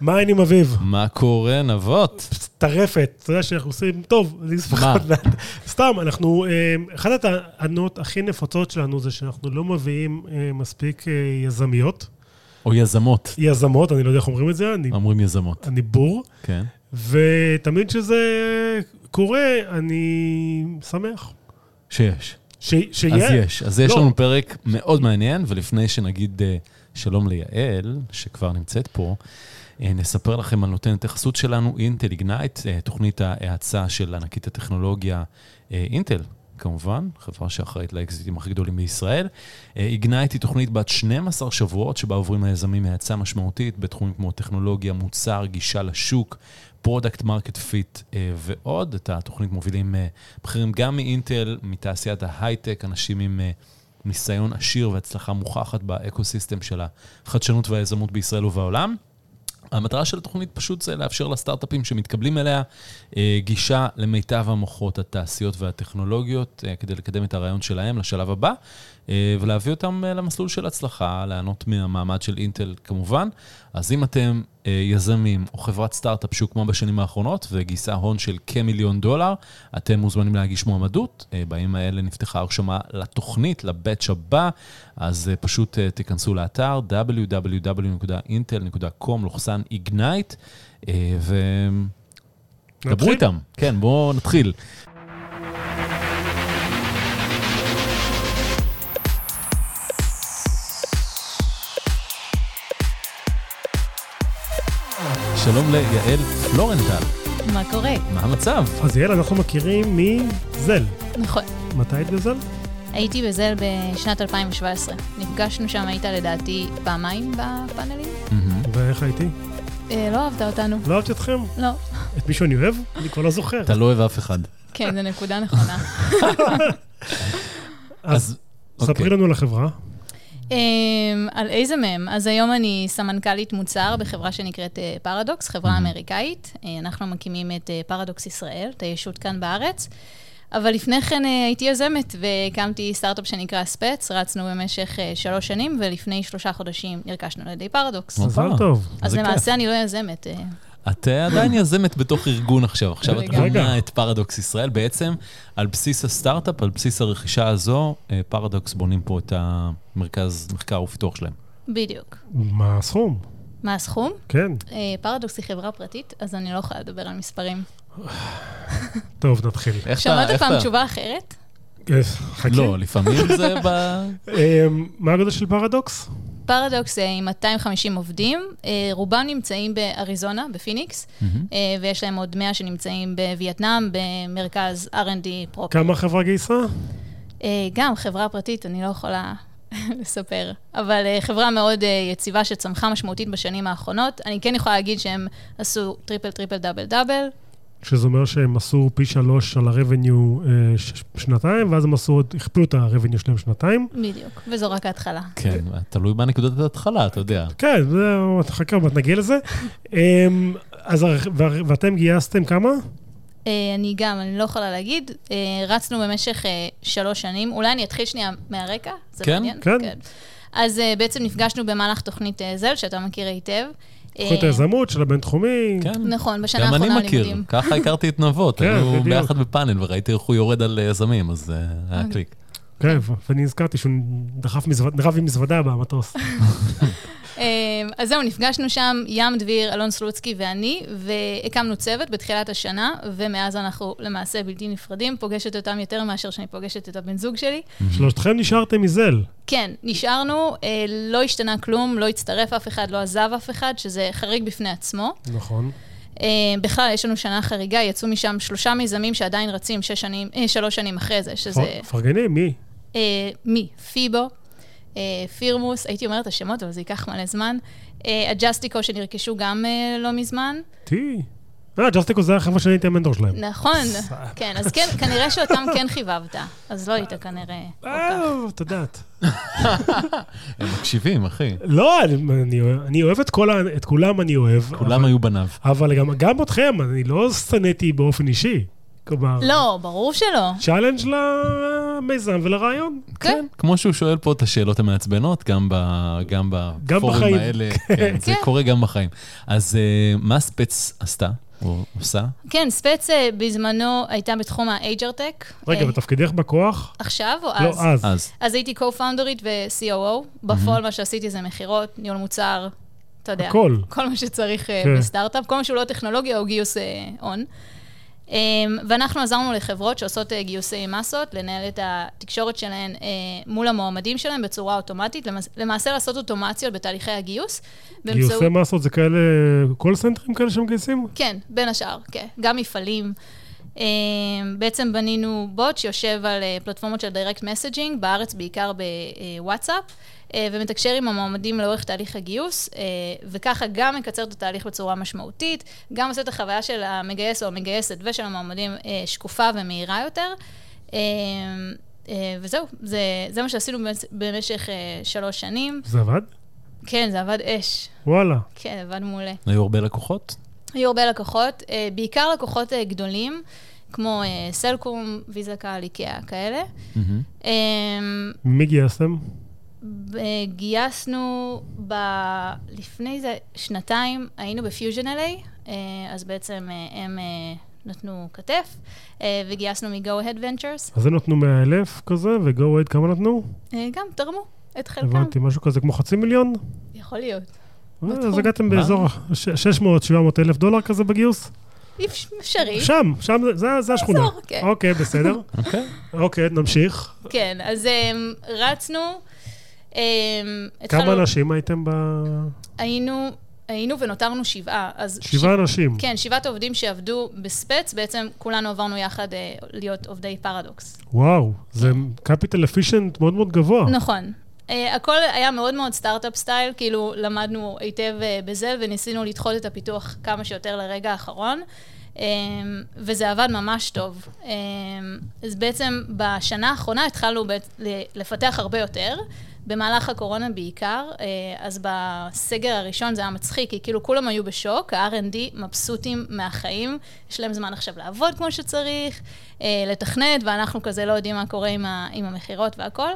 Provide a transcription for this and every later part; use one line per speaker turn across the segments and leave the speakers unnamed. מיין עם אביב.
מה קורה, נבות?
טרפת, אתה יודע שאנחנו עושים, טוב, אני אספח
מה?
עוד מעט. סתם, אנחנו, אה, אחת הטענות הכי נפוצות שלנו זה שאנחנו לא מביאים אה, מספיק אה, יזמיות.
או יזמות.
יזמות, אני לא יודע איך אומרים את זה, אני-
אומרים יזמות.
אני בור.
כן.
ותמיד כשזה קורה, אני שמח.
שיש.
ש, שיהיה.
אז יש. אז יש
לא.
לנו פרק מאוד מעניין, ולפני שנגיד אה, שלום ליעל, שכבר נמצאת פה, אה, נספר לכם על נותנת החסות שלנו, אינטל איגנייט, אה, תוכנית ההאצה של ענקית הטכנולוגיה אה, אינטל. כמובן, חברה שאחראית לאקזיטים הכי גדולים בישראל. אה, איגנייט היא תוכנית בת 12 שבועות, שבה עוברים היזמים האצה משמעותית בתחומים כמו טכנולוגיה, מוצר, גישה לשוק, פרודקט מרקט פיט אה, ועוד. את התוכנית מובילים אה, בכירים גם מאינטל, מתעשיית ההייטק, אנשים עם אה, ניסיון עשיר והצלחה מוכחת באקו-סיסטם של החדשנות והיזמות בישראל ובעולם. המטרה של התוכנית פשוט זה לאפשר לסטארט-אפים שמתקבלים אליה אה, גישה למיטב המוחות, התעשיות והטכנולוגיות, אה, כדי לקדם את הרעיון שלהם לשלב הבא, אה, ולהביא אותם אה, למסלול של הצלחה, ליהנות מהמעמד של אינטל כמובן. אז אם אתם אה, יזמים או חברת סטארט-אפ שהוקמה בשנים האחרונות וגייסה הון של כמיליון דולר, אתם מוזמנים להגיש מועמדות. אה, בימים האלה נפתחה הרשמה לתוכנית, לבאץ' הבא, אז אה, פשוט אה, תיכנסו לאתר www.intel.com/ignite אה, ודברו
נתחיל?
איתם. כן, בואו נתחיל. שלום ליעל פלורנטל,
מה קורה?
מה המצב?
אז יאללה, אנחנו מכירים מזל.
נכון.
מתי היית בזל?
הייתי בזל בשנת 2017. נפגשנו שם, היית לדעתי פעמיים בפאנלים.
מהמם.
ואיך הייתי?
אה, לא אהבת אותנו.
לא אהבתי אתכם?
לא.
את מישהו אני אוהב? אני כבר לא זוכר.
אתה לא אוהב אף אחד.
כן, זו נקודה נכונה.
אז
ספרי
אוקיי.
לנו על החברה.
אמ, על איזה מהם? אז היום אני סמנכ"לית מוצר בחברה שנקראת אה, פרדוקס, חברה אמריקאית. אה, אנחנו מקימים את אה, פרדוקס ישראל, את הישות כאן בארץ. אבל לפני כן אה, הייתי יזמת והקמתי סטארט-אפ שנקרא ספץ, רצנו במשך אה, שלוש שנים, ולפני שלושה חודשים נרכשנו על ידי פרדוקס.
הופה.
מזל טוב.
אז
זה כיף.
למעשה אני לא יזמת. אה,
את אה, עדיין יזמת בתוך ארגון עכשיו. עכשיו את
רגע.
בונה את פרדוקס ישראל, בעצם על בסיס הסטארט-אפ, על בסיס הרכישה הזו, אה, פרדוקס בונים פה את המרכז מחקר ופיתוח שלהם.
בדיוק.
מה הסכום?
מה הסכום?
כן.
אה, פרדוקס היא חברה פרטית, אז אני לא יכולה לדבר על מספרים.
טוב, נתחיל.
איך
שמעת
איך
פעם תשובה אחרת?
אה, חכי.
לא,
אוקיי.
לפעמים זה ב...
אה, מה הגודל של פרדוקס?
פרדוקס אה, עם 250 עובדים, אה, רובם נמצאים באריזונה, בפיניקס, אה, ויש להם עוד 100 שנמצאים בווייטנאם, במרכז R&D פרופר.
כמה החברה גייסה?
אה, גם חברה פרטית, אני לא יכולה לספר, אבל אה, חברה מאוד אה, יציבה שצמחה משמעותית בשנים האחרונות. אני כן יכולה להגיד שהם עשו טריפל, טריפל, דאבל, דאבל,
שזה אומר שהם עשו פי שלוש על הרבניו אה, ש- שנתיים, ואז הם עשו עוד, הכפילו את הרבניו שלהם שנתיים.
בדיוק, וזו רק ההתחלה.
כן, תלוי מה נקודת ההתחלה, אתה יודע.
כן, זהו, חכה, עוד מעט נגיע לזה. אמ, אז הר- וה- ואתם גייסתם כמה?
אה, אני גם, אני לא יכולה להגיד. אה, רצנו במשך אה, שלוש שנים. אולי אני אתחיל שנייה מהרקע? זה
כן,
מעניין?
כן.
אז אה, בעצם נפגשנו במהלך תוכנית אה, זל, שאתה מכיר היטב.
תוכנית
אה,
היזמות של הבינתחומי.
כן.
נכון, בשנה
גם אני
האחרונה
מכיר,
לימודים.
ככה הכרתי את נבות,
כן,
היינו
בדיוק.
ביחד בפאנל וראיתי איך הוא יורד על אה, יזמים, אז אה, היה
אוקיי.
קליק.
כן, ו- ואני הזכרתי שהוא דחף מזווד- דחף עם מזוודה במטוס.
אה, אז זהו, נפגשנו שם, ים דביר, אלון סלוצקי ואני, והקמנו צוות בתחילת השנה, ומאז אנחנו למעשה בלתי נפרדים, פוגשת אותם יותר מאשר שאני פוגשת את הבן זוג שלי.
שלושתכם נשארתם מזל.
כן, נשארנו, אה, לא השתנה כלום, לא הצטרף אף אחד, לא עזב אף אחד, שזה חריג בפני עצמו.
נכון.
אה, בכלל, יש לנו שנה חריגה, יצאו משם שלושה מיזמים שעדיין רצים שש שנים, אה, שלוש שנים אחרי זה, שזה
פרגני, מי?
אה, מי? פיבו, אה, פירמוס, הייתי אומרת את השמות, אבל זה ייקח מלא זמן. אה, הג'סטיקו שנרכשו גם אה, לא מזמן.
טי. אה, ג'סטיקו זה החברה שאני הייתי המנטור שלהם.
נכון, כן, אז כן, כנראה שאותם כן חיבבת, אז לא היית כנראה כל כך.
אה, את יודעת.
הם מקשיבים, אחי.
לא, אני- אני אוהב- אני אוהב את כל ה- את כולם, אני אוהב.
כולם
אבל-
היו בניו.
כן.
אבל גם- גם אתכם, אני לא שנאתי באופן אישי. כלומר,
לא, ברור שלא.
צ'אלנג' למיזם ולרעיון.
כן, כמו שהוא שואל פה את השאלות המעצבנות, גם, ב, גם בפורומים
בחיים.
האלה. כן, זה
כן.
קורה גם בחיים. אז אה, מה ספץ עשתה, או עושה?
כן, ספץ אה, בזמנו הייתה בתחום האייג'רטק.
רגע, בתפקידך בכוח?
עכשיו או
לא,
אוקיי.
אז.
אז?
אז,
אז הייתי co-founderית ו-COO.
Mhm.
בפועל מה שעשיתי זה מכירות, ניהול מוצר, אתה יודע.
הכל.
כל מה שצריך אה,
כן.
בסטארט-אפ, כל מה שהוא לא טכנולוגיה או גיוס אה, הון. אה, ואנחנו עזרנו לחברות שעושות אה, גיוסי מסות, לנהל את התקשורת שלהן אה, מול המועמדים שלהם בצורה אוטומטית, למס- למעשה לעשות אוטומציות בתהליכי הגיוס.
גיוסי מסות זה כאלה, קול סנטרים כאלה שמגייסים?
כן, בין השאר, כן. גם מפעלים. אה, בעצם בנינו בוט שיושב על אה, פלטפורמות של direct messaging, בארץ בעיקר בוואטסאפ, אה, ומתקשר עם המועמדים לאורך תהליך הגיוס, אה, וככה גם מקצר את התהליך בצורה משמעותית, גם עושה את החוויה של המגייס או המגייסת ושל המועמדים אה, שקופה ומהירה יותר. אה, אה, וזהו, זה, זה מה שעשינו במש- במשך אה, שלוש שנים.
זה עבד?
כן, זה עבד אש.
וואלה.
כן, עבד מעולה.
היו הרבה לקוחות?
היו הרבה לקוחות, אה, בעיקר לקוחות אה, גדולים, כמו אה, סלקום, ויזה קהל, איקאה, כאלה.
מהמם.
אה,
מי גייסתם?
ב- אה, גייסנו ב... לפני זה שנתיים, היינו בפיוז'ן LA, אה, אז בעצם אה, הם אה, נתנו כתף, אה, וגייסנו מ-go ahead ventures,
אז הם נתנו 100 אלף כזה, ו-go aid כמה נתנו?
אה, גם תרמו את חלקם.
הבנתי, משהו כזה כמו חצי מיליון?
יכול להיות.
אז
בתחום.
הגעתם
מה?
אה, באזור ה-600-700 אלף דולר כזה בגיוס?
אי אפ- אפשרי.
שם, שם, זה- זה- זה השכונה.
אוקיי. באזור, כן.
אוקיי, בסדר.
אוקיי.
אוקיי, נמשיך.
כן, אז אמ, רצנו. אמ,
כמה
התחלנו-
אנשים הייתם ב...
היינו, היינו ונותרנו שבעה. אז
שבעה אנשים.
כן, שבעת העובדים שעבדו בספץ, בעצם כולנו עברנו יחד אה, להיות עובדי פרדוקס.
וואו, זה capital efficient מאוד מאוד גבוה.
נכון. אה, הכל היה מאוד מאוד סטארט-אפ סטייל, כאילו למדנו היטב אה, בזה וניסינו לדחות את הפיתוח כמה שיותר לרגע האחרון, אה, וזה עבד ממש טוב. אה, אז בעצם בשנה האחרונה התחלנו בעצ- ל- לפתח הרבה יותר. במהלך הקורונה בעיקר, אה, אז בסגר הראשון זה היה מצחיק, כי כאילו כולם היו בשוק, ה-R&D מבסוטים מהחיים, יש להם זמן עכשיו לעבוד כמו שצריך, אה, לתכנת, ואנחנו כזה לא יודעים מה קורה עם ה- עם המכירות והכל.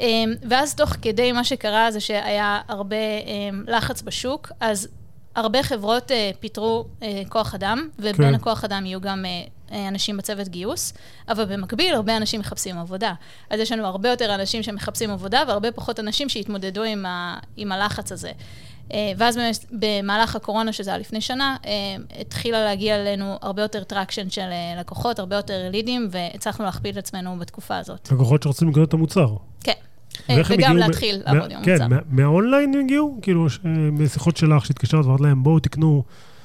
אמ, ואז תוך כדי מה שקרה זה שהיה הרבה אמ, לחץ בשוק, אז הרבה חברות אה, פיטרו אה, כוח אדם, ובין
כן.
הכוח אדם יהיו גם אה, אה, אנשים בצוות גיוס, אבל במקביל הרבה אנשים מחפשים עבודה. אז יש לנו הרבה יותר אנשים שמחפשים עבודה, והרבה פחות אנשים שהתמודדו עם, ה, עם הלחץ הזה. אה, ואז באמת במהלך הקורונה, שזה היה לפני שנה, אה, התחילה להגיע אלינו הרבה יותר טראקשן של אה, לקוחות, הרבה יותר לידים, והצלחנו להכפיל את עצמנו בתקופה הזאת.
לקוחות שרוצים לקנות את המוצר.
כן. אה,
ואיך הם
וגם
הגיעו מ-
להתחיל
מה-
לעבוד עם
כן,
המוצר.
מה- מהאונליין הם הגיעו? כאילו, ש- משיחות שלך שהתקשרת ואמרת להם, בואו תקנו.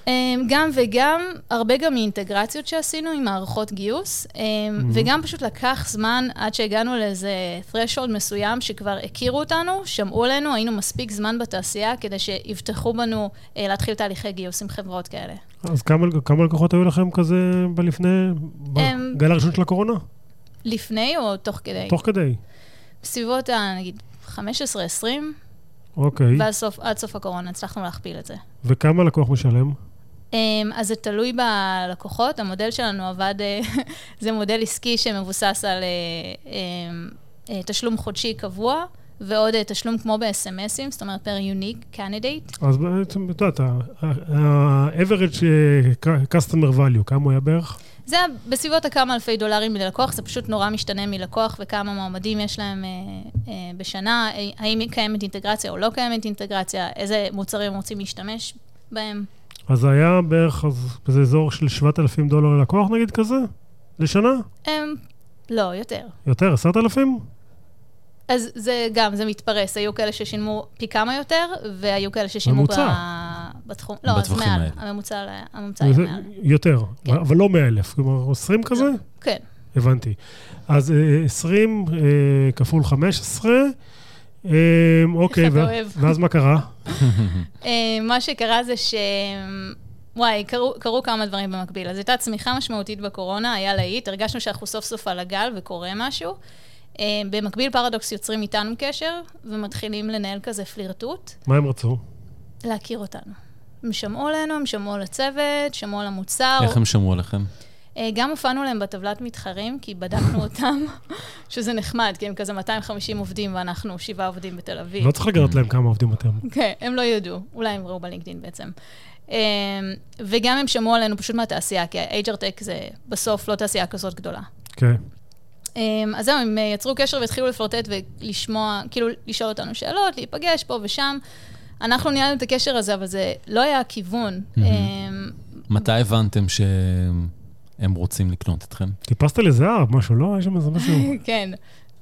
אה, גם וגם, הרבה גם מאינטגרציות שעשינו עם מערכות גיוס, אה,
Mhm.
וגם פשוט לקח זמן עד שהגענו לאיזה threshold מסוים שכבר הכירו אותנו, שמעו עלינו, היינו מספיק זמן בתעשייה כדי שיבטחו בנו אה, להתחיל תהליכי גיוס עם חברות כאלה.
אז כמה כמה לקוחות היו לכם כזה בלפני,
אמ,
בגל הראשון של הקורונה?
לפני או תוך כדי?
תוך כדי.
בסביבות ה... נגיד 15-20,
אוקיי.
ואז סוף, עד סוף הקורונה הצלחנו להכפיל את זה.
וכמה לקוח משלם?
אמ, אז זה תלוי בלקוחות, המודל שלנו עבד, אה, זה מודל עסקי שמבוסס על אה, אמ, אה, תשלום חודשי קבוע, ועוד אה, תשלום כמו ב-SMSים, זאת אומרת פר יוניק קנדידייט.
אז בעצם, את יודעת, ה-average אה, customer value, כמה הוא היה בערך?
זה היה בסביבות הכמה אלפי דולרים ללקוח, זה פשוט נורא משתנה מלקוח וכמה מועמדים יש להם אה, אה, בשנה, אה, האם קיימת אינטגרציה או לא קיימת אינטגרציה, איזה מוצרים הם רוצים להשתמש בהם.
אז זה היה בערך, אז באיזה אזור של 7,000 דולר ללקוח נגיד כזה? לשנה?
אמ, לא, יותר.
יותר, 10,000?
אז זה גם, זה מתפרס. היו כאלה ששילמו פי כמה יותר, והיו כאלה ששילמו
ממוצע.
ב... בתחום... לא, אז
בטווחים
מעל.
האלה.
הממוצע, ל- הממוצע היה
זה-
מעל.
יותר,
כן.
אבל לא 100,000, כלומר 20 כזה?
כן.
הבנתי. אז אה, 20 אה, כפול 15, אה, אוקיי,
איך אתה
ו-
אוהב.
ואז מה קרה?
אה, מה שקרה זה ש... וואי, קרו, קרו כמה דברים במקביל. אז הייתה צמיחה משמעותית בקורונה, היה להיט, הרגשנו שאנחנו סוף סוף על הגל וקורה משהו. אה, במקביל, פרדוקס יוצרים איתנו קשר, ומתחילים לנהל כזה פלירטוט,
מה הם רצו?
להכיר אותנו. הם שמעו עלינו, הם שמעו על הצוות, שמעו על המוצר.
איך הם שמעו עליכם?
אה, גם הופענו להם בטבלת מתחרים, כי בדקנו אותם, שזה נחמד, כי הם כזה 250 עובדים ואנחנו שבעה עובדים בתל אביב.
לא צריך לגלות להם כמה עובדים אתם.
כן, הם לא ידעו, אולי הם ראו בלינקדאין בעצם. אמ, וגם הם שמעו עלינו פשוט מהתעשייה, כי ה-HR-Tech זה בסוף לא תעשייה כזאת גדולה.
כן.
אמ, אז זהו, הם אה, יצרו קשר והתחילו לפלרטט ולשמוע, כאילו, לשאול אותנו שאלות, להיפגש פה ושם. אנחנו ניהלנו את הקשר הזה, אבל זה לא היה הכיוון. אמ,
מתי הבנתם שהם רוצים לקנות אתכם?
טיפסת לזהב, משהו, לא? היה שם איזה משהו.
כן,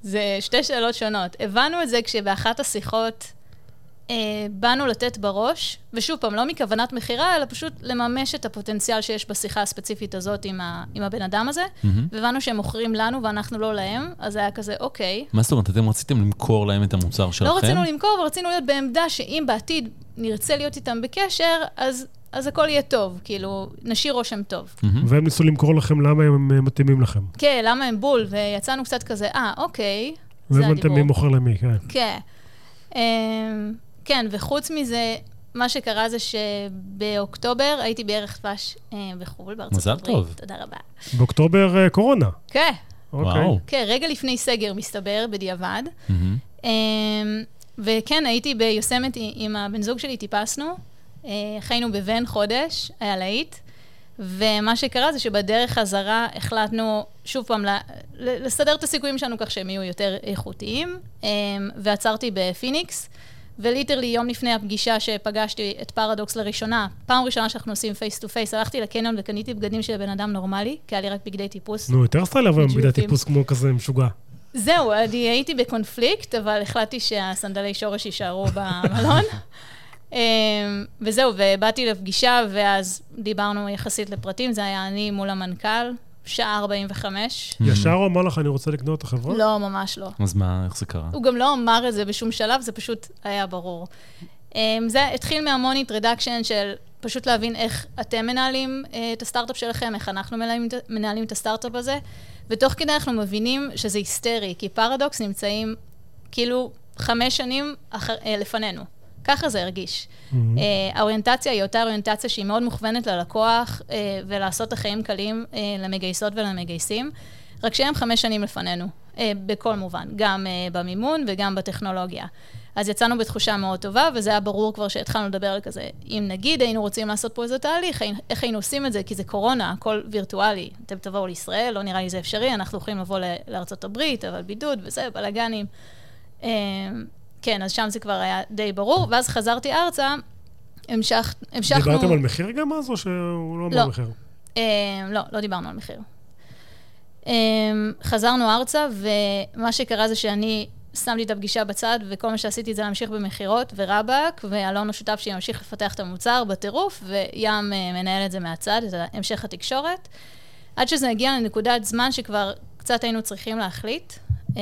זה שתי שאלות שונות. הבנו את זה כשבאחת השיחות אה, באנו לתת בראש, ושוב פעם, לא מכוונת מכירה, אלא פשוט לממש את הפוטנציאל שיש בשיחה הספציפית הזאת עם, ה, עם הבן אדם הזה,
מהמם.
והבנו שהם מוכרים לנו ואנחנו לא להם, אז היה כזה, אוקיי.
מה זאת אומרת, אתם רציתם למכור להם את המוצר שלכם?
לא רצינו למכור, אבל רצינו להיות בעמדה שאם בעתיד נרצה להיות איתם בקשר, אז, אז הכל יהיה טוב, כאילו, נשאיר רושם טוב.
מהמם.
והם ניסו למכור לכם למה הם אה, מתאימים לכם.
כן, למה הם בול? ויצאנו קצת כזה, אה, אוקיי, זה
והבנתם
הדיבור.
מי מוכר למי, כן.
כן. אמ, כן, וחוץ מזה, מה שקרה זה שבאוקטובר הייתי בערך דבש אה, בחו"ל, בארצות
מזל
הברית.
טוב.
תודה רבה.
באוקטובר אה, קורונה.
כן,
אוקיי.
וואו.
כן, רגע לפני סגר, מסתבר, בדיעבד.
מהמם.
אמ, וכן, הייתי ביוסמתי עם הבן זוג שלי, טיפסנו, אה, חיינו בבן חודש, היה להיט, ומה שקרה זה שבדרך חזרה החלטנו שוב פעם ל- ל- לסדר את הסיכויים שלנו כך שהם יהיו יותר איכותיים, אמ, ועצרתי בפיניקס. וליטרלי יום לפני הפגישה שפגשתי את פרדוקס לראשונה, פעם ראשונה שאנחנו עושים פייס טו פייס, הלכתי לקניון וקניתי בגדים של בן אדם נורמלי, כי היה לי רק בגדי טיפוס.
נו, יותר סטייל אבל
ג'יפים.
בידי טיפוס כמו כזה משוגע.
Hmm.
זהו, אני הייתי בקונפליקט, אבל החלטתי שהסנדלי שורש יישארו במלון. אמ, וזהו, ובאתי לפגישה, ואז דיברנו יחסית לפרטים, זה היה אני מול המנכ"ל, שעה 45.
ישר הוא אמר לך, אני רוצה לקנות את החברה?
לא, ממש לא.
אז מה, איך זה קרה?
הוא גם לא אמר את זה בשום שלב, זה פשוט היה ברור. אמ, זה התחיל מהמון introduction של פשוט להבין איך אתם מנהלים אה, את הסטארט-אפ שלכם, איך אנחנו מנהלים, את- מנהלים את הסטארט-אפ הזה, ותוך כדי אנחנו מבינים שזה היסטרי, כי פרדוקס נמצאים כאילו חמש שנים אחר, אה, לפנינו. ככה זה הרגיש.
מהמם.
אה, האוריינטציה היא אותה אוריינטציה שהיא מאוד מוכוונת ללקוח אה, ולעשות את החיים קלים אה, למגייסות ולמגייסים, רק שהם חמש שנים לפנינו, אה, בכל מובן, גם אה, במימון וגם בטכנולוגיה. אז יצאנו בתחושה מאוד טובה, וזה היה ברור כבר שהתחלנו לדבר על כזה, אם נגיד היינו רוצים לעשות פה איזה תהליך, היינו- איך היינו עושים את זה, כי זה קורונה, הכל וירטואלי. אתם תבואו לישראל, לא נראה לי זה אפשרי, אנחנו יכולים לבוא ל- לארצות הברית, אבל בידוד וזה, בלאגנים. אה, כן, אז שם זה כבר היה די ברור, ואז חזרתי ארצה, המשך, המשכנו...
דיברתם על מחיר גם אז, או שהוא לא אמר
לא.
מחיר?
אה, לא, לא דיברנו על מחיר. אה, חזרנו ארצה, ומה שקרה זה שאני שמתי את הפגישה בצד, וכל מה שעשיתי זה להמשיך במכירות ורבאק, ואלון השותף שלי ממשיך לפתח את המוצר בטירוף, וים אה, מנהל את זה מהצד, את המשך התקשורת. עד שזה הגיע לנקודת זמן שכבר קצת היינו צריכים להחליט. אה,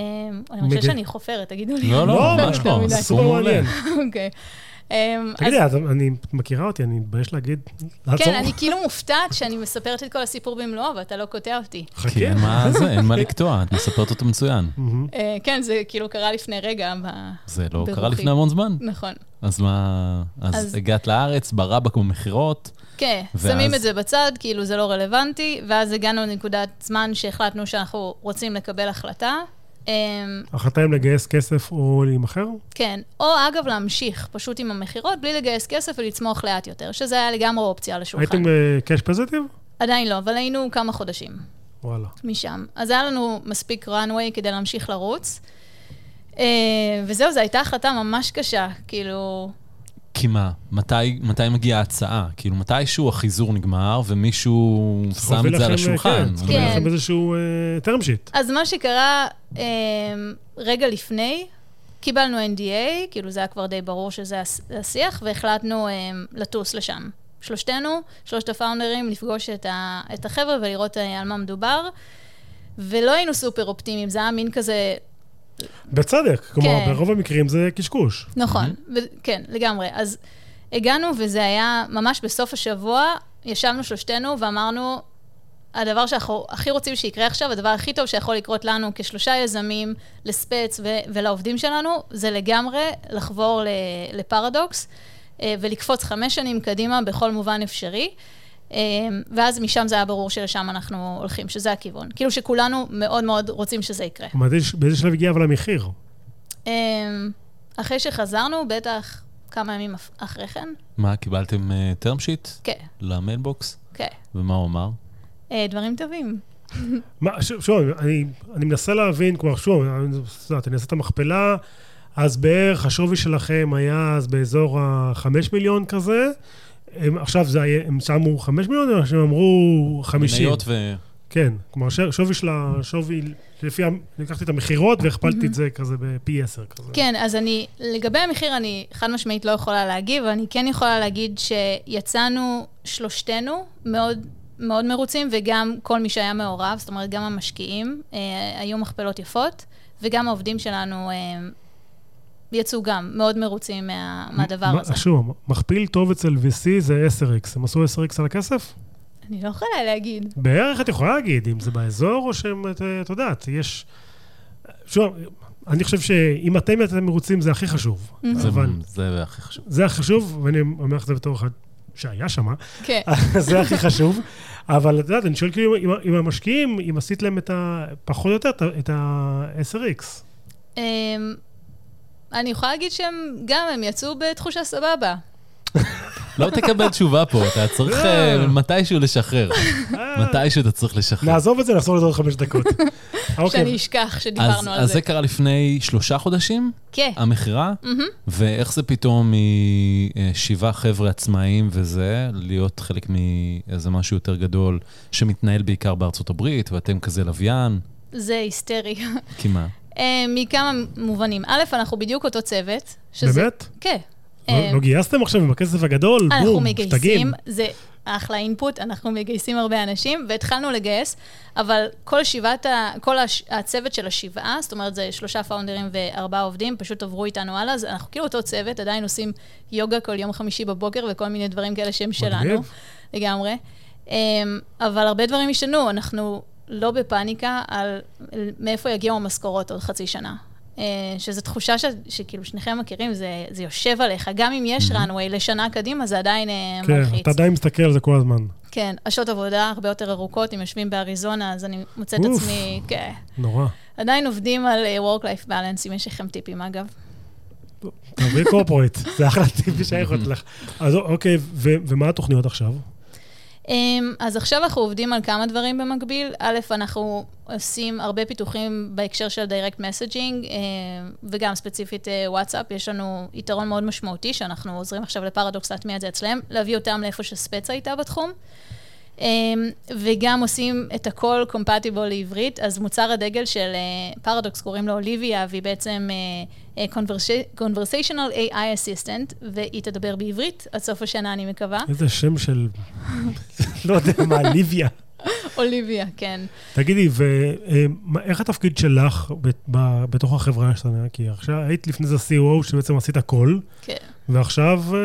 אני חושבת
מדי-
שאני חופרת, תגידו לי.
לא, לא,
לא,
ממש
יותר
לא,
מדי.
זה
סופר
סכום מעולה.
מעניין.
אוקיי. אה, אז-
תגידי, את אני- את מכירה אותי, אני מתבייש להגיד, לעצור.
כן, אני כאילו מופתעת שאני מספרת את כל הסיפור במלואו, ואתה לא קוטע אותי.
כי
חכי.
אין מה זה, אין מה לקטוע, את מספרת אותו מצוין.
מהמם.
אה, כן, זה כאילו קרה לפני רגע. ב-
זה לא קרה
ברוחי.
לפני המון זמן.
נכון.
אז מה, אז
אז-
הגעת לארץ, ברבק במכירות,
כן,
ואז-
שמים את זה בצד, כאילו זה לא רלוונטי, ואז הגענו לנקודת זמן שהחלטנו שאנחנו רוצים לקבל החלטה. אמ,
החלטה אם לגייס כסף או להימכר?
כן, או אגב להמשיך פשוט עם המכירות, בלי לגייס כסף ולצמוח לאט יותר, שזה היה לגמרי אופציה על השולחן.
הייתם אה, קאש פזיטיב?
עדיין לא, אבל היינו כמה חודשים.
וואלה.
משם. אז היה לנו מספיק runway כדי להמשיך לרוץ. אה, וזהו, זו הייתה החלטה ממש קשה, כאילו,
כי מה? מתי, מתי מגיעה ההצעה? כאילו, מתישהו החיזור נגמר ומישהו שם
להוביל
את זה על
לכם, אה,
השולחן.
כן, צריך להביא
כן.
לכם איזשהו אה, term sheet.
אז מה שקרה אה, רגע לפני, קיבלנו NDA, כאילו זה היה כבר די ברור שזה הס- השיח, והחלטנו אה, לטוס לשם. שלושתנו, שלושת הפאונדרים, לפגוש את, ה, את החבר'ה ולראות אה, על מה מדובר. ולא היינו סופר אופטימיים, זה היה מין כזה,
בצדק, כלומר,
כן.
ברוב המקרים זה קשקוש.
נכון, ו- כן, לגמרי. אז הגענו, וזה היה ממש בסוף השבוע, ישבנו שלושתנו ואמרנו, הדבר שאנחנו הכי רוצים שיקרה עכשיו, הדבר הכי טוב שיכול לקרות לנו כשלושה יזמים, לספץ ו- ולעובדים שלנו, זה לגמרי לחבור ל- לפרדוקס אה, ולקפוץ חמש שנים קדימה בכל מובן אפשרי. ואז משם זה היה ברור שלשם אנחנו הולכים, שזה הכיוון. כאילו שכולנו מאוד מאוד רוצים שזה יקרה.
מעניין ש- באיזה שלב הגיע אבל המחיר?
אמ, אחרי שחזרנו, בטח כמה ימים אף- אחרי כן.
מה, קיבלתם אה, term sheet
כן,
למיילבוקס?
כן.
ומה הוא אמר?
אה, דברים טובים.
מה, ש- שוב, אני, אני מנסה להבין, כלומר, שוב, אני- את יודעת, אני אעשה את המכפלה, אז בערך השווי שלכם היה אז באזור ה-5 מיליון כזה, הם, עכשיו זה, היה- הם שמו 5 מיליון, או שהם אמרו 50?
מניות ו...
כן, כלומר, ש- שווי של השווי, לפי, ה- לקחתי את המכירות והכפלתי את זה כזה בפי 10 כזה.
כן, אז אני, לגבי המחיר, אני חד משמעית לא יכולה להגיב, אבל אני כן יכולה להגיד שיצאנו שלושתנו מאוד מאוד מרוצים, וגם כל מי שהיה מעורב, זאת אומרת, גם המשקיעים, אה, היו מכפלות יפות, וגם העובדים שלנו אה, יצאו גם מאוד מרוצים מה, מהדבר
מה-
הזה.
שוב, מכפיל טוב אצל VC זה 10x, הם עשו 10x על הכסף?
אני לא יכולה להגיד.
בערך את יכולה להגיד, אם זה באזור או שהם, את את יודעת, יש... שוב, אני חושב שאם אתם אתם מרוצים זה הכי חשוב.
זה-
אבל
זה הכי חשוב.
זה החשוב, ואני אומר לך את זה בתור אחד שהיה שם,
כן.
זה הכי חשוב. אבל את יודעת, אני שואל כאילו אם- אם המשקיעים, אם עשית להם את ה... פחות או יותר את ה- את ה-10x.
אמ, אני יכולה להגיד שהם גם, הם יצאו בתחושה סבבה.
לא תקבל תשובה פה, אתה צריך אה, מתישהו לשחרר.
אה.
מתישהו אתה צריך לשחרר.
נעזוב את זה, נחזור לזה עוד חמש דקות.
שאני
אוקיי,
אשכח
אז,
שדיברנו על
אז זה
זה.
קרה לפני שלושה חודשים,
כן.
המכירה,
מהמם.
ואיך זה פתאום משבעה חבר'ה עצמאיים וזה, להיות חלק מאיזה משהו יותר גדול שמתנהל בעיקר בארצות הברית, ואתם כזה לוויין,
אמ-
זה היסטרי.
כי מה?
אה, מכמה מובנים. א', אנחנו בדיוק אותו צוות. שזה-
באמת?
כן. אה,
לא לא גייסתם עכשיו עם הכסף הגדול?
אנחנו
בום, שתגים.
מגייסים, זה אחלה אינפוט, אנחנו מגייסים הרבה אנשים, והתחלנו לגייס, אבל כל שבעת, ה, כל הש, הצוות של השבעה, זאת אומרת, זה שלושה פאונדרים וארבעה עובדים, פשוט עברו איתנו הלאה, אז אנחנו כאילו אותו צוות, עדיין עושים יוגה כל יום חמישי בבוקר וכל מיני דברים כאלה שהם שלנו,
מגניב.
לגמרי. אמ, אבל הרבה דברים השתנו, אנחנו לא בפאניקה על מאיפה יגיעו המשכורות עוד חצי שנה. אה, שזו תחושה ש, שכאילו שניכם מכירים, זה, זה יושב עליך. גם אם יש runway לשנה קדימה, זה עדיין אה,
כן,
מלחיץ.
אתה עדיין מסתכל על זה כל הזמן.
כן, השעות עבודה הרבה יותר ארוכות, אם יושבים באריזונה, אז אני מוצאת את
אוף.
עצמי, כן.
נורא.
עדיין עובדים על אה, work-life balance, אם יש לכם טיפים, אגב.
תעברי קורפורט, זה אחלה טיפ שהיה יכול להיות לך. אז אוקיי, ו- ומה התוכניות עכשיו?
אמ, אז עכשיו אנחנו עובדים על כמה דברים במקביל. א', אנחנו עושים הרבה פיתוחים בהקשר של direct messaging, אמ, וגם ספציפית אה, וואטסאפ. יש לנו יתרון מאוד משמעותי, שאנחנו עוזרים עכשיו לפרדוקס להטמיע את זה אצלם, להביא אותם לאיפה שספצה הייתה בתחום. אמ, וגם עושים את הכל קומפטיבול לעברית, אז מוצר הדגל של אה, פרדוקס, קוראים לו אוליביה, והיא בעצם אה, אה, conversa- conversational AI assistant, והיא תדבר בעברית עד סוף השנה, אני מקווה.
איזה שם של... לא יודע מה, ליביה.
אוליביה, כן.
תגידי, ואיך התפקיד שלך ב- ב- בתוך החברה השתנה? כי עכשיו היית לפני זה COO שבעצם עשית הכל,
כן.
ועכשיו אה,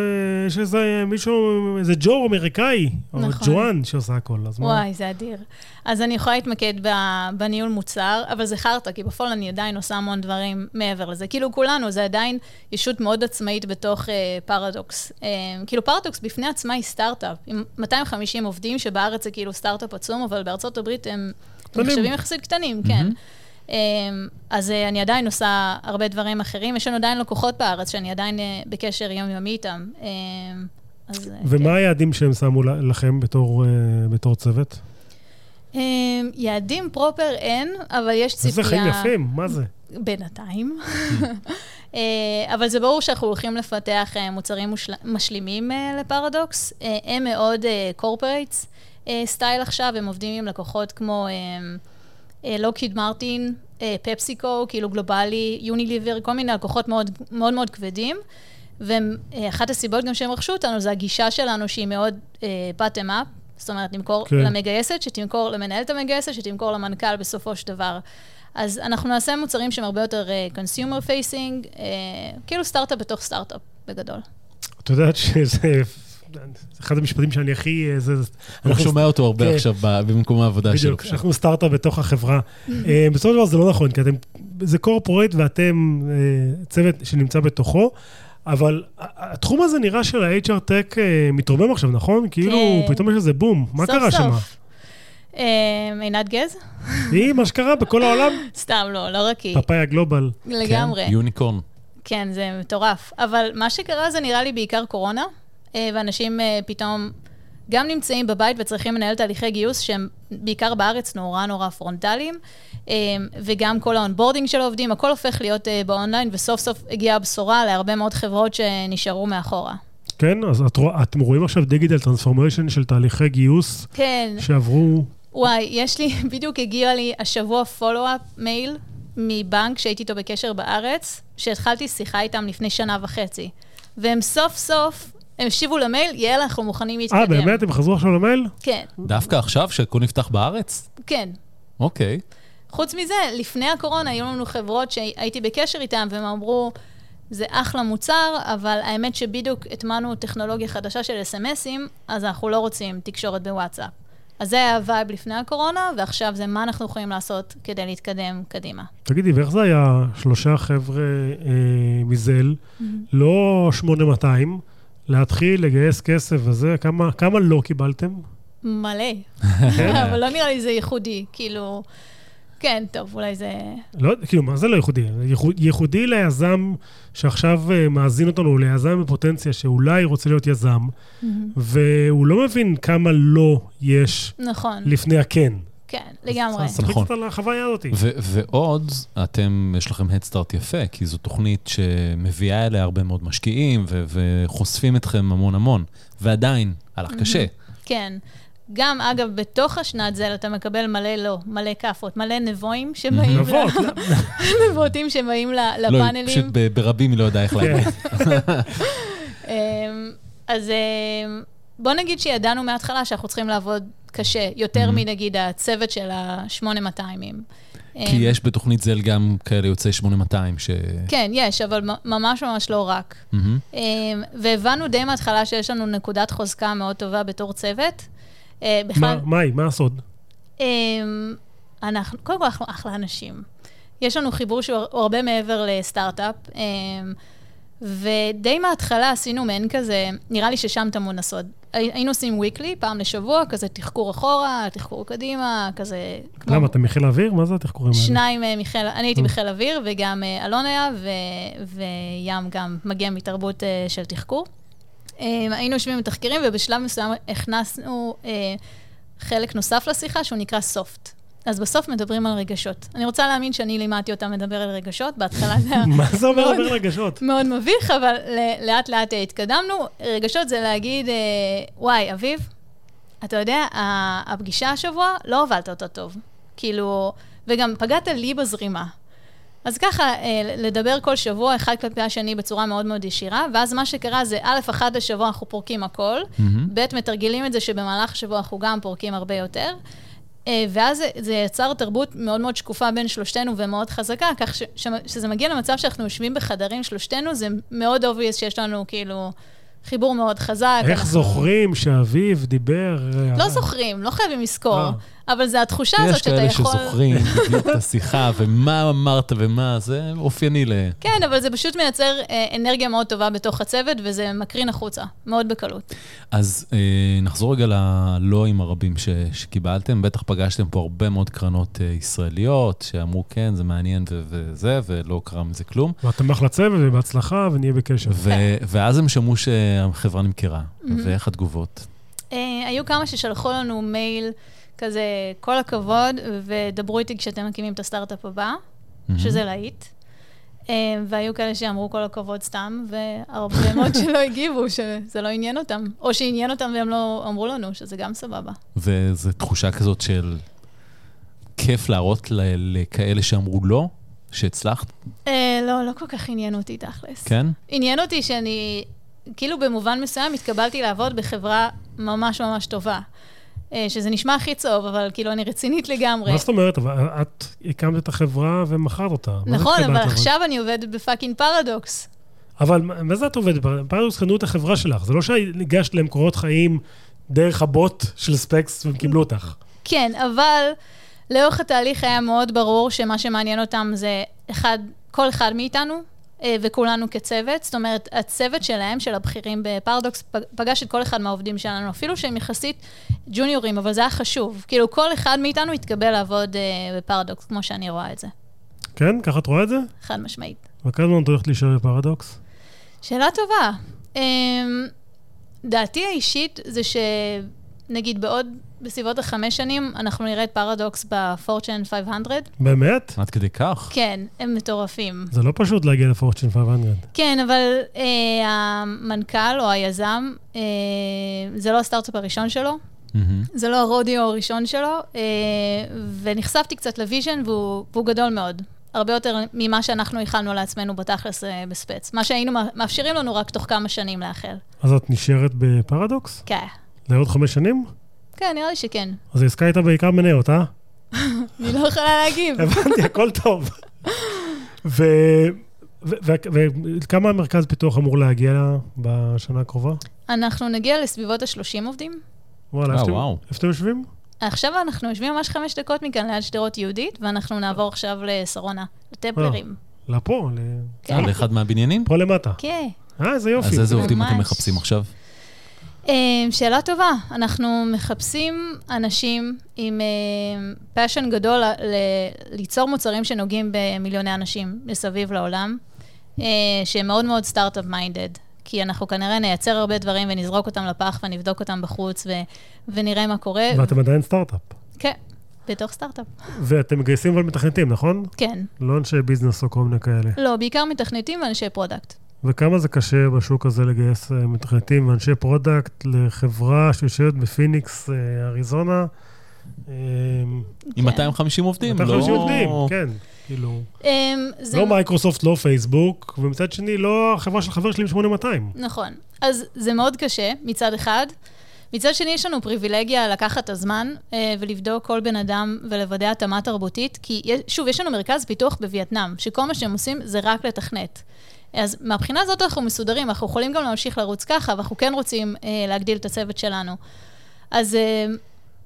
יש איזה מישהו, איזה ג'ו אמריקאי, או
נכון.
ג'ואן שעושה הכל, אז מה?
וואי, זה אדיר. אז אני יכולה להתמקד ב- בניהול מוצר, אבל זה חרטא, כי בפועל אני עדיין עושה המון דברים מעבר לזה. כאילו כולנו, זה עדיין ישות מאוד עצמאית בתוך אה, פרדוקס. אה, כאילו פרדוקס בפני עצמה היא סטארט-אפ, עם 250 עובדים, שבארץ זה כאילו סטארט-אפ עצום, אבל בארצות הברית הם
קטנים.
נחשבים יחסית קטנים, כן. אה, אז אה, אני עדיין עושה הרבה דברים אחרים. יש לנו עדיין לקוחות בארץ שאני עדיין אה, בקשר יומיומי איתם. אה, אז, אה, כן.
ומה היעדים שהם שמו ל- לכם בתור, אה, בתור צוות?
אמ, יעדים פרופר אין, אבל יש ציפייה...
איזה חיים יפים, מה זה?
בינתיים. אה, אבל זה ברור שאנחנו הולכים לפתח אה, מוצרים מושל... משלימים אה, לפרדוקס. אה, הם מאוד קורפרייטס אה, סטייל עכשיו, הם עובדים עם לקוחות כמו לוקיד מרטין, פפסיקו, כאילו גלובלי, יוניליבר, כל מיני לקוחות מאוד מאוד, מאוד כבדים. ואחת הסיבות גם שהם רכשו אותנו זה הגישה שלנו שהיא מאוד אה, bottom up, זאת אומרת, למכור
כן.
כן. למגייסת, שתמכור למנהלת המגייסת, שתמכור למנכ"ל בסופו של דבר. אז אנחנו נעשה מוצרים שהם הרבה יותר אה, consumer facing, אה, כאילו סטארט-אפ בתוך סטארט-אפ, בגדול.
את יודעת שזה זה אחד המשפטים שאני הכי... אה, זה,
אני לא שומע כן. אותו הרבה
כן.
עכשיו ב- במקום העבודה שלו.
בדיוק, אנחנו סטארט-אפ בתוך החברה.
Mm-hmm.
אה, בסופו של דבר זה לא נכון, כי אתם, זה קורפורט ואתם אה, צוות שנמצא בתוכו, אבל ה- התחום הזה נראה של ה-HR Tech אה, מתרומם עכשיו, נכון? כאילו,
כן.
פתאום יש איזה בום. מה
סוף
קרה שם?
סוף. אה, עינת גז?
היא מה שקרה בכל העולם.
סתם, לא, לא רק היא.
פאפאיה גלובל.
לגמרי.
כן, יוניקורן.
כן, זה מטורף. אבל מה שקרה זה נראה לי בעיקר קורונה, אה, ואנשים אה, פתאום גם נמצאים בבית וצריכים לנהל תהליכי גיוס שהם בעיקר בארץ נורא נורא פרונטליים, אה, וגם כל האונבורדינג של העובדים, הכל הופך להיות אה, באונליין, וסוף סוף הגיעה הבשורה להרבה מאוד חברות שנשארו מאחורה.
כן, אז את רוא- אתם רואים עכשיו דיגיטל טרנספורמיישן של תהליכי גיוס
כן,
שעברו...
וואי, יש לי, בדיוק הגיע לי השבוע פולו-אפ מייל מבנק שהייתי איתו בקשר בארץ, שהתחלתי שיחה איתם לפני שנה וחצי. והם סוף סוף המשיבו למייל, יאללה, אנחנו מוכנים להתקדם.
אה, באמת? הם חזרו עכשיו למייל?
כן,
דווקא עכשיו, שהכל נפתח בארץ?
כן.
אוקיי.
חוץ מזה, לפני הקורונה היו לנו חברות שהייתי בקשר איתן, והם אמרו, זה אחלה מוצר, אבל האמת שבדיוק הטמענו טכנולוגיה חדשה של אס.אם.אסים, אז אנחנו לא רוצים תקשורת בוואטסאפ. אז זה היה הווייב לפני הקורונה, ועכשיו זה מה אנחנו יכולים לעשות כדי להתקדם קדימה.
תגידי, ואיך זה היה שלושה חבר'ה אה, מזל, לא 8200, להתחיל לגייס כסף וזה, כמה, כמה לא קיבלתם?
מלא.
כן.
אבל לא נראה לי זה ייחודי, כאילו... כן, טוב, אולי זה...
לא, יודע, כאילו, מה זה לא ייחודי? ייחוד- ייחודי ליזם שעכשיו אה, מאזין אותנו, ליזם בפוטנציה שאולי רוצה להיות יזם, והוא לא מבין כמה לא יש
נכון,
לפני הכן.
כן, לגמרי.
אז ספרי
נכון.
קצת על החוויה הזאת.
ו- ועוד, אתם, יש לכם הדסטארט יפה, כי זו תוכנית שמביאה אליה הרבה מאוד משקיעים, ו- וחושפים אתכם המון המון, ועדיין, הלך קשה.
כן. גם, אגב, בתוך השנת זל אתה מקבל מלא לא, מלא כאפות, מלא נבואים שבאים... ל-
נבות,
נבוטים שבאים ל-
נכון. לא, היא
לפאנלים.
פשוט ב- ברבים היא לא יודעה איך
כן.
להגיד.
אמ, אז אמ, בוא נגיד שידענו מההתחלה שאנחנו צריכים לעבוד קשה, יותר מנגיד הצוות של ה-8200.
Mm-hmm. כי יש בתוכנית זל גם כאלה יוצאי 8200 ש...
אמ, כן, יש, אבל מ- ממש ממש לא רק.
מהמם.
אמ, והבנו די מההתחלה שיש לנו נקודת חוזקה מאוד טובה בתור צוות. אה, בכלל,
מה- מאי, מה הסוד?
אמ, אנחנו, קודם כל אנחנו אחלה אנשים. יש לנו חיבור שהוא הר- הרבה מעבר לסטארט-אפ, אמ, ודי מההתחלה עשינו מעין כזה, נראה לי ששם טמון הסוד. הי- היינו עושים weekly, פעם לשבוע, כזה תחקור אחורה, תחקור קדימה, כזה... כמו-
למה, אתם מחיל האוויר? מה זה התחקורים האלה?
שניים אה, מחיל, אני הייתי בחיל אוויר, וגם אה, אלון היה, ו, וים גם מגיע מתרבות אה, של תחקור. אה, היינו יושבים מתחקרים, ובשלב מסוים הכנסנו אה, חלק נוסף לשיחה, שהוא נקרא סופט. אז בסוף מדברים על רגשות. אני רוצה להאמין שאני לימדתי אותם לדבר על רגשות, בהתחלה זה היה
מה זה אומר
מאוד-
לדבר רגשות?
מאוד מביך, אבל ל- לאט לאט אה, התקדמנו. רגשות זה להגיד, אה, וואי, אביב, אתה יודע, ה- הפגישה השבוע, לא הובלת אותה טוב. כאילו, וגם פגעת לי בזרימה. אז ככה, אה, לדבר כל שבוע, אחד כלפי השני בצורה מאוד מאוד ישירה, ואז מה שקרה זה, א', אחד השבוע אנחנו פורקים הכל,
מהמם.
ב', מתרגלים את זה שבמהלך השבוע אנחנו גם פורקים הרבה יותר, אה, ואז זה- זה יצר תרבות מאוד מאוד שקופה בין שלושתנו ומאוד חזקה, כך ש- ש- שזה מגיע למצב שאנחנו יושבים בחדרים שלושתנו, זה מאוד obvious שיש לנו כאילו חיבור מאוד חזק.
איך
אנחנו-
זוכרים שאביו דיבר... אה,
לא זוכרים, לא חייבים לזכור,
אה.
אבל זה התחושה
יש
הזאת שאתה יכול...
כאלה שזוכרים בדיוק את השיחה, ומה אמרת ומה, זה אופייני ל...
כן, אבל זה פשוט מייצר אה, אנרגיה מאוד טובה בתוך הצוות, וזה מקרין החוצה, מאוד בקלות.
אז אה, נחזור רגע ללואים הרבים ש, שקיבלתם. בטח פגשתם פה הרבה מאוד קרנות אה, ישראליות, שאמרו, כן, זה מעניין ו- וזה, ולא קרה מזה כלום.
ואתם אחלה צוות ובהצלחה ונהיה בקשר.
אוקיי.
ו- ואז הם שמעו שהחברה נמכרה.
Mm-hmm.
ואיך התגובות?
אה, היו כמה ששלחו לנו מייל כזה, כל הכבוד, ודברו איתי כשאתם מקימים את הסטארט-אפ הבא,
Mm-hmm.
שזה להיט. אה, והיו כאלה שאמרו כל הכבוד סתם, והרבה מאוד שלא הגיבו, שזה לא עניין אותם. או שעניין אותם והם לא אמרו לנו, שזה גם סבבה.
וזו תחושה כזאת של כיף להראות ל- לכאלה שאמרו לא, שהצלחת,
אה, לא, לא כל כך עניין אותי תכלס.
כן?
עניין אותי שאני, כאילו במובן מסוים התקבלתי לעבוד בחברה ממש ממש טובה. אה, שזה נשמע הכי צהוב, אבל כאילו אני רצינית לגמרי.
מה זאת אומרת? אבל את הקמת את החברה ומכרת אותה. מה זה
נכון,
התקבלת
אבל
לעבוד?
עכשיו אני עובדת בפאקינג פרדוקס.
אבל מה מה זה את עובדת? פרדוקס קנו את החברה שלך. זה לא שניגשת להם קורות חיים דרך הבוט של ספקס והם קיבלו אותך.
כן, אבל לאורך התהליך היה מאוד ברור שמה שמעניין אותם זה אחד, כל אחד מאיתנו, אה, וכולנו כצוות. זאת אומרת, הצוות שלהם, של הבכירים בפרדוקס, פ- פגש את כל אחד מהעובדים שלנו, אפילו שהם יחסית ג'וניורים, אבל זה היה חשוב. כאילו, כל אחד מאיתנו התקבל לעבוד אה, בפרדוקס, כמו שאני רואה את זה,
כן? ככה את רואה את זה?
חד משמעית.
וכמה זמן את הולכת להישאר בפרדוקס?
שאלה טובה. אמ, דעתי האישית זה שנגיד בעוד, בסביבות החמש שנים, אנחנו נראה את פרדוקס בפורצ'ן 500.
באמת?
עד כדי כך?
כן, הם מטורפים.
זה לא פשוט להגיע לפורצ'ן 500.
כן, אבל אה, המנכ"ל או היזם, אה, זה לא הסטארט-אפ הראשון שלו,
מהמם.
זה לא הרודיו הראשון שלו, אה, ונחשפתי קצת לוויז'ן, והוא, והוא גדול מאוד. הרבה יותר ממה שאנחנו הכנו לעצמנו בתכלס אה, בספץ. מה שהיינו מא- מאפשרים לנו רק תוך כמה שנים לאחל.
אז את נשארת בפרדוקס?
כן.
לעוד חמש שנים?
כן, נראה לי שכן.
אז העסקה הייתה בעיקר מניות, אה?
אני לא יכולה להגיב.
הבנתי, הכל טוב. ו- ו- ו- וכמה המרכז פיתוח אמור להגיע בשנה הקרובה?
אנחנו נגיע לסביבות ה-30 עובדים.
וואלה,
אה,
איפה אתם-
וואו.
איפה אתם יושבים?
עכשיו אנחנו יושבים ממש חמש דקות מכאן ליד שדרות יהודית, ואנחנו נעבור עכשיו לשרונה, לטמפלרים.
אה, לפה,
כן.
על אחד מהבניינים?
פה למטה.
כן.
אה, איזה יופי.
אז איזה עובדים אתם
ממש.
מחפשים עכשיו?
אמ, שאלה טובה. אנחנו מחפשים אנשים עם פאשן גדול ל- ל- ליצור מוצרים שנוגעים במיליוני אנשים מסביב לעולם, אה, שהם מאוד מאוד סטארט-אפ מיינדד. כי אנחנו כנראה נייצר הרבה דברים ונזרוק אותם לפח ונבדוק אותם בחוץ ו- ונראה מה קורה.
ואתם עדיין סטארט-אפ.
כן, בתוך סטארט-אפ.
ואתם מגייסים אבל מתכנתים, נכון?
כן.
לא אנשי ביזנס או כל מיני כאלה.
לא, בעיקר מתכנתים ואנשי פרודקט.
וכמה זה קשה בשוק הזה לגייס אה, מתכנתים ואנשי פרודקט לחברה שיושבת בפיניקס, אה, אריזונה? אה,
עם
כן.
250 עובדים?
250
לא-
עובדים, כן, כאילו.
אמ, זה-
לא מייקרוסופט, לא פייסבוק, ומצד שני, לא החברה של חבר שלי עם 8200.
נכון. אז זה מאוד קשה מצד אחד. מצד שני, יש לנו פריבילגיה לקחת את הזמן אה, ולבדוק כל בן אדם ולוודא התאמה תרבותית, כי יש- שוב, יש לנו מרכז פיתוח בווייטנאם, שכל מה שהם עושים זה רק לתכנת. אז מהבחינה הזאת אנחנו מסודרים, אנחנו יכולים גם להמשיך לרוץ ככה, ואנחנו כן רוצים אה, להגדיל את הצוות שלנו. אז אה,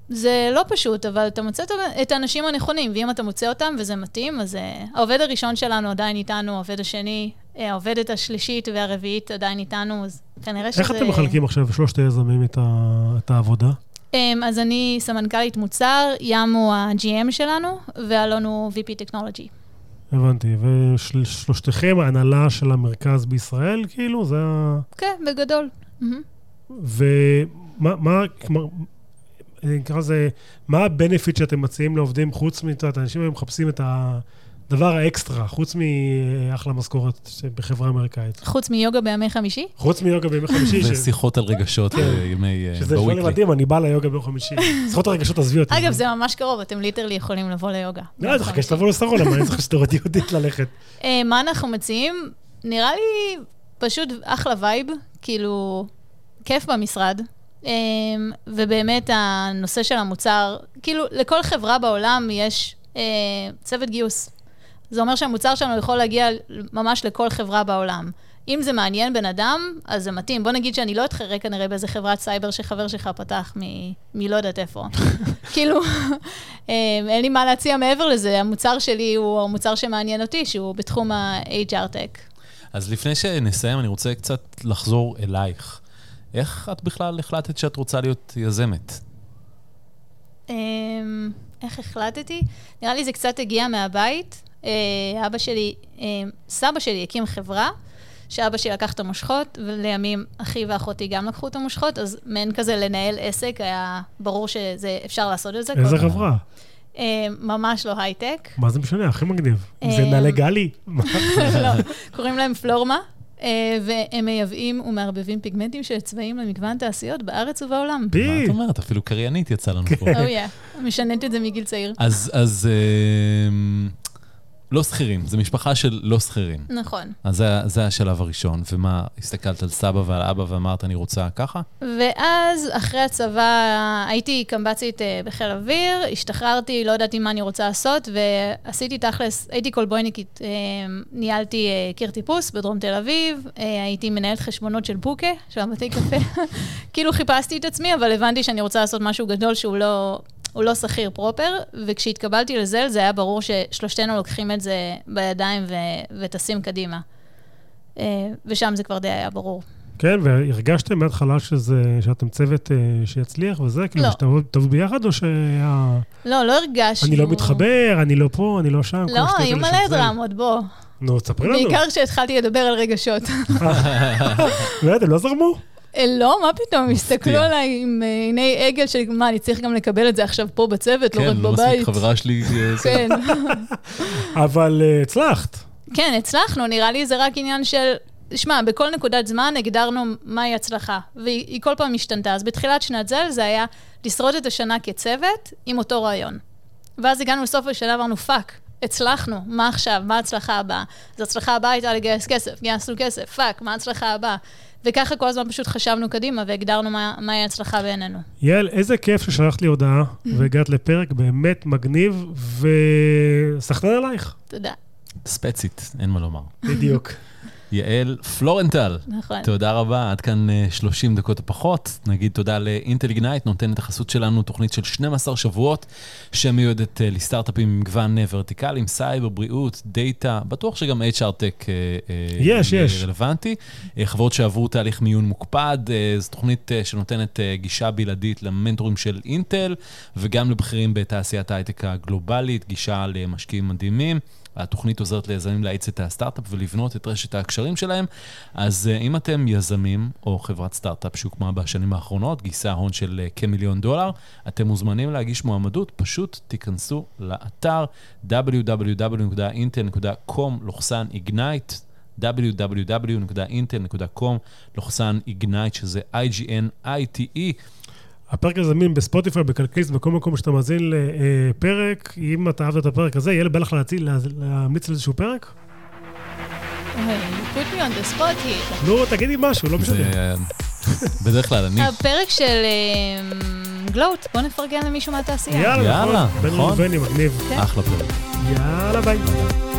זה לא פשוט, אבל אתה מוצא את ה- את האנשים הנכונים, ואם אתה מוצא אותם וזה מתאים, אז אה, העובד הראשון שלנו עדיין איתנו, העובד השני, אה, העובדת השלישית והרביעית עדיין איתנו, אז כנראה שזה...
איך אתם מחלקים עכשיו, שלושת היזמים, את ה- את העבודה?
אמ, אז אני סמנכ"לית מוצר, ים הוא ה-GM שלנו, ואלון הוא VP טכנולוגי.
הבנתי. ושלושתכם ההנהלה של המרכז בישראל, כאילו, זה ה...
כן, בגדול. מהמם.
ומה, מה, כלומר, אני אקרא לזה, מה הבנפיט שאתם מציעים לעובדים חוץ מ... את יודעת, אנשים היום מחפשים את הדבר האקסטרה, חוץ מאחלה משכורת בחברה אמריקאית.
חוץ מיוגה בימי חמישי?
חוץ מיוגה בימי חמישי, ש-
ושיחות על רגשות
כן.
בימי... אה,
שזה שונה
בוויקלי.
מדהים, אני בא ליוגה ביום חמישי. זכות הרגשות, עזבי אותי.
אגב, זה ממש קרוב, אתם ליטרלי יכולים לבוא ליוגה. נכון.
לא, אני חכה שתבוא לסרון, אבל אני צריך שדרות יהודית ללכת.
אה, מה אנחנו מציעים? נראה לי פשוט אחלה וייב, כאילו, כיף במשרד. אה, ובאמת הנושא של המוצר, כאילו, לכל חברה בעולם יש אה, צוות גיוס. זה אומר שהמוצר שלנו יכול להגיע ממש לכל חברה בעולם. אם זה מעניין בן אדם, אז זה מתאים. בוא נגיד שאני לא אתחרה כנראה באיזה חברת סייבר שחבר שלך פתח מ... מלא יודעת איפה. כאילו, אה, אין לי מה להציע מעבר לזה, המוצר שלי הוא המוצר שמעניין אותי, שהוא בתחום ה-HR-Tech.
אז לפני שנסיים, אני רוצה קצת לחזור אלייך. איך את בכלל החלטת שאת רוצה להיות יזמת?
אמ, איך החלטתי? נראה לי זה קצת הגיע מהבית. אה, אבא שלי, אה, סבא שלי הקים חברה, שאבא שלי לקח את המושכות, ולימים אחי ואחותי גם לקחו את המושכות, אז מעין כזה לנהל עסק, היה ברור שזה, אפשר לעשות את זה.
איזה
כל-
חברה?
אה, ממש לא הייטק.
מה זה משנה, הכי מגניב. זה
אה,
נעלי גלי? מה?
לא, קוראים להם פלורמה, אה, והם מייבאים ומערבבים פיגמנטים של צבעים למגוון תעשיות בארץ ובעולם.
מה
פי.
את אומרת? אפילו קריינית יצא לנו פה.
או יא, משננת את זה מגיל צעיר.
אז, אז אמ, לא שכירים, זו משפחה של לא שכירים.
נכון.
אז זה, זה השלב הראשון. ומה, הסתכלת על סבא ועל אבא ואמרת, אני רוצה ככה?
ואז, אחרי הצבא, הייתי קמב"צית אה, בחיל אוויר, השתחררתי, לא ידעתי מה אני רוצה לעשות, ועשיתי תכלס, הייתי קולבויניקית, אה, ניהלתי אה, קיר טיפוס בדרום תל אביב, אה, הייתי מנהלת חשבונות של בוקה, של הבתי קפה. כאילו חיפשתי את עצמי, אבל הבנתי שאני רוצה לעשות משהו גדול שהוא לא... הוא לא שכיר פרופר, וכשהתקבלתי לזל, זה היה ברור ששלושתנו לוקחים את זה בידיים ו- וטסים קדימה. אה, ושם זה כבר די היה ברור.
כן, והרגשתם מההתחלה שזה, שאתם צוות אה, שיצליח וזה? כאילו,
לא.
שאתם תעבדו ביחד, או שה...
לא, לא הרגשנו...
אני לא מתחבר, אני לא פה, אני לא שם. כל
לא,
השטויות
היו
האלה
מלא
שזה-
דרמות,
לא,
בוא.
נו, תספרי לנו.
בעיקר כשהתחלתי לדבר על רגשות.
לא, אתם לא זרמו?
אה, לא, מה פתאום, הם הסתכלו
מפתיע.
עליי עם אה, עיני עגל של מה, אני צריך גם לקבל את זה עכשיו פה בצוות, לא רק
כן, לא מספיק
בבית.
חברה שלי. אה, זה-
כן,
אבל אה, הצלחת.
כן, הצלחנו, נראה לי זה רק עניין של... שמע, בכל נקודת זמן הגדרנו מהי הצלחה, והיא היא כל פעם השתנתה. אז בתחילת שנת זל זה היה לשרוד את השנה כצוות עם אותו רעיון. ואז הגענו לסוף השנה, אמרנו, פאק, הצלחנו, מה עכשיו? מה ההצלחה הבאה? אז ההצלחה הבאה הייתה לגייס כסף, גייסנו כסף, פאק, מה ההצלחה הבאה? וככה כל הזמן פשוט חשבנו קדימה והגדרנו מה- מהי הצלחה בעינינו.
יעל, איזה כיף ששלחת לי הודעה והגעת לפרק באמת מגניב, וסחטן עלייך.
תודה.
ספצית, אין מה לומר.
בדיוק.
יעל פלורנטל.
נכון.
תודה רבה, עד כאן אה, 30 דקות או פחות. נגיד תודה לאינטל גנייט, נותן את החסות שלנו, תוכנית של 12 שבועות, שמיועדת אה, לסטארט-אפים עם מגוון אה, ורטיקלים, סייבר, בריאות, דאטה, בטוח שגם HR טק אה, אה,
יש,
אה,
יש.
רלוונטי. אה, חברות שעברו תהליך מיון מוקפד, אה, זו תוכנית אה, שנותנת אה, גישה בלעדית למנטורים של אינטל, וגם לבכירים בתעשיית ההייטק הגלובלית, גישה למשקיעים מדהימים. התוכנית עוזרת ליזמים להאיץ את הסטארט-אפ ולבנות את רשת הקשרים שלהם. אז אה, אם אתם יזמים או חברת סטארט-אפ שהוקמה בשנים האחרונות, גייסה הון של אה, כמיליון דולר, אתם מוזמנים להגיש מועמדות, פשוט תיכנסו לאתר www.intel.com/ignite. www.intel.com/ignite, שזה I-G-N-I-T-E.
הפרק הזה זמין בספוטיפיי, בכלכליסט, בכל מקום שאתה מאזין לפרק. אם אתה אהבת את הפרק הזה, יעל, בא לך להציל- לה- להמליץ על איזשהו פרק?
אוי, you Oh, put me on the spot here.
נו, תגידי משהו, לא משנה.
זה, אה, בדרך כלל אני...
הפרק של אמ, גלוט, בוא נפרגן למישהו מהתעשייה.
יאללה,
יאללה,
נכון. בין
נכון.
ראובני, מגניב.
כן.
אחלה פרק.
יאללה, ביי.